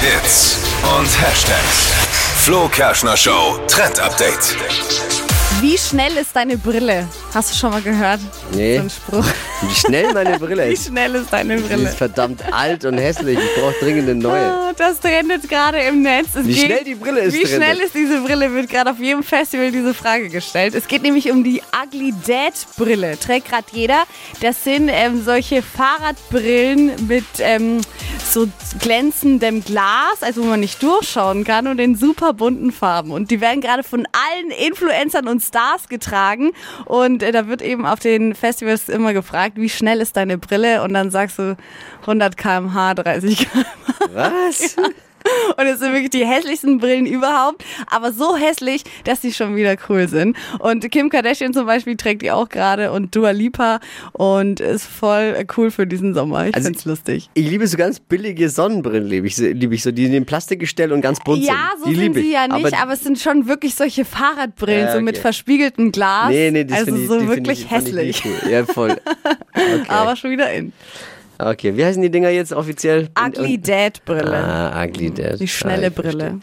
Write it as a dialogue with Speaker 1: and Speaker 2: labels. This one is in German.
Speaker 1: Hits und Hashtags. Flo Kerschner Show Trend Update.
Speaker 2: Wie schnell ist deine Brille? Hast du schon mal gehört?
Speaker 3: Nee.
Speaker 2: So ein Spruch.
Speaker 3: Wie schnell meine Brille
Speaker 2: Wie
Speaker 3: ist.
Speaker 2: schnell ist deine
Speaker 3: Die ist
Speaker 2: Brille?
Speaker 3: verdammt alt und hässlich. Ich brauche dringend eine neue.
Speaker 2: Ah, Das trendet gerade im Netz. Es
Speaker 3: Wie schnell die Brille ist
Speaker 2: Wie
Speaker 3: trendet.
Speaker 2: schnell ist diese Brille? Wird gerade auf jedem Festival diese Frage gestellt. Es geht nämlich um die Ugly Dad Brille. Trägt gerade jeder. Das sind ähm, solche Fahrradbrillen mit ähm, so glänzendem Glas, also wo man nicht durchschauen kann und in super bunten Farben. Und die werden gerade von allen Influencern und Stars getragen. Und äh, da wird eben auf den Festivals immer gefragt, wie schnell ist deine Brille? Und dann sagst du 100 km/h, 30 km/h.
Speaker 3: Was?
Speaker 2: Und es sind wirklich die hässlichsten Brillen überhaupt, aber so hässlich, dass sie schon wieder cool sind. Und Kim Kardashian zum Beispiel trägt die auch gerade und Dua Lipa und ist voll cool für diesen Sommer. Ich
Speaker 3: Also-
Speaker 2: find's lustig.
Speaker 3: Ich liebe so ganz billige Sonnenbrillen, liebe ich, liebe ich so. Die in dem Plastikgestell und ganz bunt
Speaker 2: Ja,
Speaker 3: sind.
Speaker 2: so
Speaker 3: Die
Speaker 2: sind
Speaker 3: liebe
Speaker 2: sie
Speaker 3: ich.
Speaker 2: ja nicht, aber,
Speaker 3: aber
Speaker 2: es sind schon wirklich solche Fahrradbrillen,
Speaker 3: Ja,
Speaker 2: so mit
Speaker 3: okay.
Speaker 2: verspiegeltem Glas.
Speaker 3: Nee, nee, das
Speaker 2: also
Speaker 3: finde ich,
Speaker 2: so
Speaker 3: die find
Speaker 2: wirklich
Speaker 3: ich, fand
Speaker 2: hässlich.
Speaker 3: Ich nicht cool. Ja, voll. Okay.
Speaker 2: Aber schon wieder in.
Speaker 3: okay, wie heißen die Dinger jetzt offiziell? Und-
Speaker 2: Ugly
Speaker 3: und-
Speaker 2: Dad Brille.
Speaker 3: Ah, Ugly Dad.
Speaker 2: Die
Speaker 3: Ah,
Speaker 2: schnelle
Speaker 3: ich verstehe.
Speaker 2: Brille.